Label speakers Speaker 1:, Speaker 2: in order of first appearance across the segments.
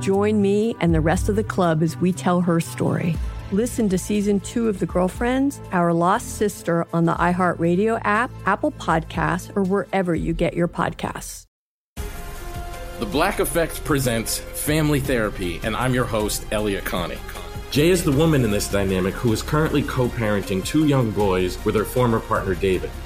Speaker 1: Join me and the rest of the club as we tell her story. Listen to season two of The Girlfriends, Our Lost Sister on the iHeartRadio app, Apple Podcasts, or wherever you get your podcasts.
Speaker 2: The Black Effect presents Family Therapy, and I'm your host, Elliot Connie. Jay is the woman in this dynamic who is currently co parenting two young boys with her former partner, David.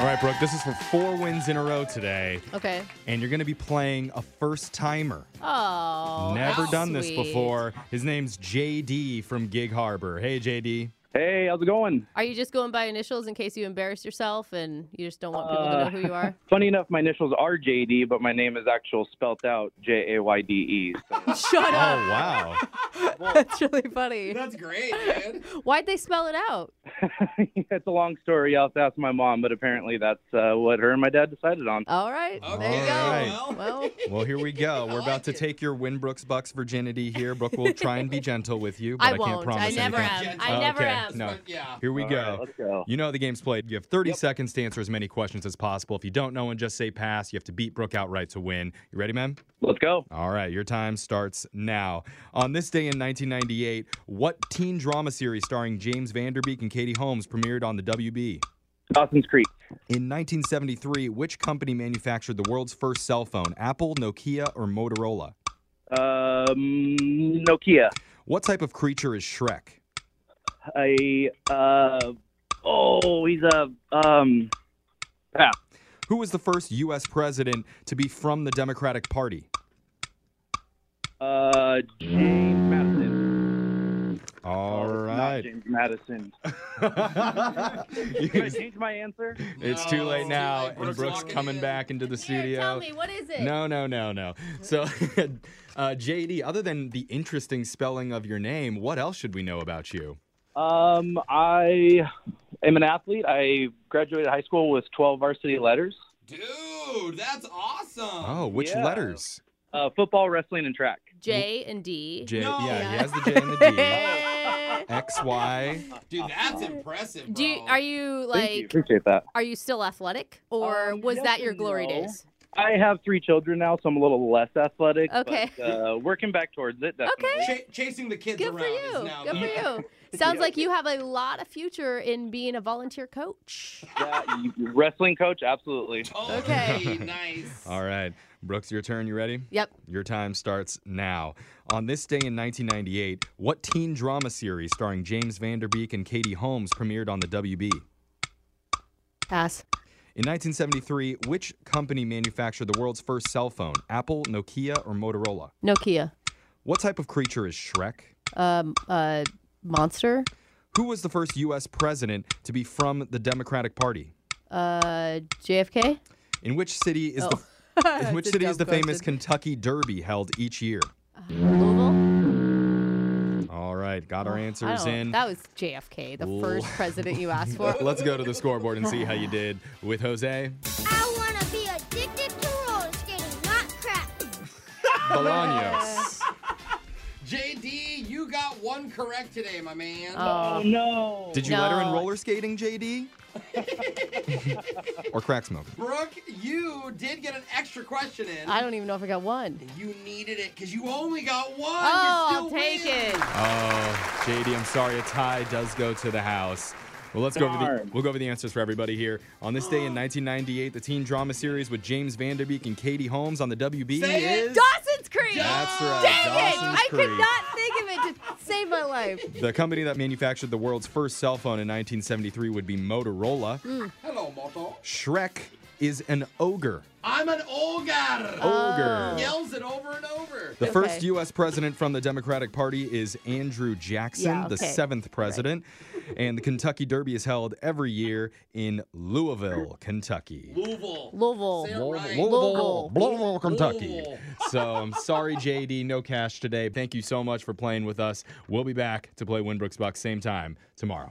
Speaker 3: All right, Brooke, this is for four wins in a row today.
Speaker 4: Okay.
Speaker 3: And you're going to be playing a first timer.
Speaker 4: Oh.
Speaker 3: Never
Speaker 4: how
Speaker 3: done this
Speaker 4: sweet.
Speaker 3: before. His name's JD from Gig Harbor. Hey, JD.
Speaker 5: Hey, how's it going?
Speaker 4: Are you just going by initials in case you embarrass yourself and you just don't want people to
Speaker 5: Uh,
Speaker 4: know who you are?
Speaker 5: Funny enough, my initials are JD, but my name is actual spelt out J A Y D E. So
Speaker 4: Shut
Speaker 3: Oh,
Speaker 4: up.
Speaker 3: wow.
Speaker 4: That's really funny.
Speaker 6: That's great, man.
Speaker 4: Why'd they spell it out?
Speaker 5: it's a long story. I'll have to ask my mom, but apparently that's uh, what her and my dad decided on.
Speaker 4: All right. There you go.
Speaker 3: Alright.
Speaker 4: Well,
Speaker 3: Well, here we go. We're about
Speaker 6: like
Speaker 3: to
Speaker 6: it.
Speaker 3: take your Winbrooks Bucks virginity here. Brooke will try and be gentle with you, but I,
Speaker 4: I
Speaker 3: can't
Speaker 4: won't.
Speaker 3: promise
Speaker 4: I never
Speaker 3: anything.
Speaker 4: am.
Speaker 6: Oh,
Speaker 4: I never
Speaker 3: okay.
Speaker 4: am.
Speaker 3: No.
Speaker 6: But yeah.
Speaker 3: Here we
Speaker 5: All
Speaker 3: go.
Speaker 5: right, let's go.
Speaker 3: You know how the game's played. You have 30 seconds to answer as many questions as possible. If you don't know and just say pass, you have to beat Brooke outright to win. You ready, man?
Speaker 5: Let's go.
Speaker 3: All right, your time starts now. On this day in 1998, what teen drama series starring James Vanderbeek and Katie Holmes premiered on the WB?
Speaker 5: Dawson's Creek,
Speaker 3: In 1973, which company manufactured the world's first cell phone? Apple, Nokia, or Motorola?
Speaker 5: um, Nokia,
Speaker 3: What type of creature is Shrek?
Speaker 5: a uh, oh, he's a um, yeah,
Speaker 3: Who was the first U.S. president to be from the Democratic Party?
Speaker 5: uh, James Madison.
Speaker 3: All
Speaker 5: Oh, it's not
Speaker 3: right.
Speaker 5: James Madison. Should I change my answer?
Speaker 3: it's too late
Speaker 6: No.
Speaker 3: now,
Speaker 6: Brooke's
Speaker 3: and Brooke's
Speaker 6: walking
Speaker 3: coming
Speaker 6: in.
Speaker 3: back into the studio.
Speaker 4: Tell me, what is it?
Speaker 3: No, no, no, no. So, uh, JD, other than the interesting spelling of your name, what else should we know about you?
Speaker 5: Um, I am an athlete. I graduated high school with 12 varsity letters
Speaker 6: Dude, that's awesome.
Speaker 3: Oh, which
Speaker 5: yeah.
Speaker 3: letters?
Speaker 5: uh, football, wrestling, and track.
Speaker 4: J and D.
Speaker 3: J.
Speaker 6: No.
Speaker 3: Yeah, he has the J and the
Speaker 4: Eh,
Speaker 3: D. X Y.
Speaker 6: Dude, that's impressive, bro.
Speaker 4: Do you, are you
Speaker 5: Thank you.
Speaker 4: like?
Speaker 5: Appreciate that.
Speaker 4: Are you still athletic, or
Speaker 5: Um,
Speaker 4: was
Speaker 5: yes
Speaker 4: that your
Speaker 5: and
Speaker 4: glory
Speaker 5: no.
Speaker 4: days?
Speaker 5: I have three children now, so I'm a little less athletic.
Speaker 4: Okay.
Speaker 5: But, uh, working back towards it, definitely.
Speaker 6: Ch- chasing the kids
Speaker 4: Good
Speaker 6: around
Speaker 4: for
Speaker 6: is
Speaker 4: you.
Speaker 6: now
Speaker 4: Good for
Speaker 6: the-
Speaker 4: you. Sounds like you have a lot of future in being a volunteer coach.
Speaker 5: Yeah, you- you- wrestling coach, absolutely.
Speaker 6: Totally
Speaker 4: Okay.
Speaker 6: nice.
Speaker 3: All right, Brooks, your turn. You ready?
Speaker 4: Yep.
Speaker 3: Your time starts now. On this day in 1998, what teen drama series starring James Vanderbeek and Katie Holmes premiered on the WB?
Speaker 4: Pass.
Speaker 3: In 1973, which company manufactured the world's first cell phone? Apple, Nokia, or Motorola?
Speaker 4: Nokia.
Speaker 3: What type of creature is Shrek?
Speaker 4: Um. Uh. Monster.
Speaker 3: Who was the first U.S. president to be from the Democratic Party?
Speaker 4: Uh. JFK.
Speaker 3: In which city is
Speaker 4: Oh.
Speaker 3: the in which
Speaker 4: It's a
Speaker 3: city is
Speaker 4: dumb
Speaker 3: the famous
Speaker 4: question.
Speaker 3: Kentucky Derby held each year?
Speaker 4: Louisville.
Speaker 3: Got our
Speaker 4: Oh, I
Speaker 3: answers
Speaker 4: don't know.
Speaker 3: in.
Speaker 4: That was JFK, the
Speaker 3: Ooh.
Speaker 4: first president you asked for.
Speaker 3: Let's go to the scoreboard and see how you did with Jose.
Speaker 7: I want to be addicted to roller skating, not crack.
Speaker 3: Bolaños.
Speaker 6: JD, you got one correct today, my man.
Speaker 4: Oh.
Speaker 8: no.
Speaker 3: Did you let her in
Speaker 4: No.
Speaker 3: roller skating, JD? or crack smoking?
Speaker 6: Brooke, you did get an extra question in.
Speaker 4: I don't even know if I got one.
Speaker 6: You needed it because you only got one.
Speaker 4: Oh,
Speaker 6: you
Speaker 4: I'll
Speaker 6: still
Speaker 4: take
Speaker 6: win.
Speaker 4: it.
Speaker 3: Oh, JD, I'm sorry. A tie does go to the house. Well, let's go over the
Speaker 8: Darn.
Speaker 3: we'll go over the answers for everybody here. On this day in 1998, the teen drama series with James Vanderbeek and Katie Holmes on the WB
Speaker 6: Say it.
Speaker 3: is
Speaker 4: Dawson's Creek.
Speaker 3: That's right,
Speaker 4: Dang it!
Speaker 3: Dawson's
Speaker 4: I could
Speaker 3: Creek.
Speaker 4: not think of it to save my life.
Speaker 3: the company that manufactured the world's first cell phone in 1973 would be Motorola.
Speaker 6: Hello, Moto.
Speaker 3: Shrek is an ogre.
Speaker 6: I'm an Olgar.
Speaker 3: Ogre.
Speaker 6: Yells it over and over.
Speaker 3: The first
Speaker 4: Okay.
Speaker 3: U.S. president from the Democratic Party is Andrew Jackson,
Speaker 4: Yeah,
Speaker 3: the
Speaker 4: okay.
Speaker 3: seventh president. And the Kentucky Derby is held every year in Louisville, Kentucky.
Speaker 6: Louisville.
Speaker 4: Louisville.
Speaker 6: Say it right.
Speaker 3: Louisville, Louisville, Kentucky.
Speaker 6: Louisville.
Speaker 3: So I'm sorry, JD, no cash today. Thank you so much for playing with us. We'll be back to play Winbrooks Bucks same time tomorrow.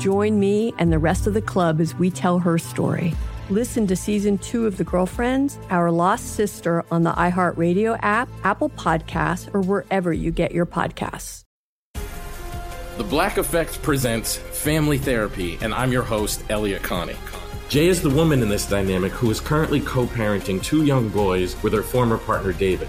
Speaker 1: Join me and the rest of the club as we tell her story. Listen to season two of The Girlfriends, Our Lost Sister on the iHeartRadio app, Apple Podcasts, or wherever you get your podcasts.
Speaker 2: The Black Effect presents Family Therapy, and I'm your host, Elia Connie. Jay is the woman in this dynamic who is currently co parenting two young boys with her former partner, David.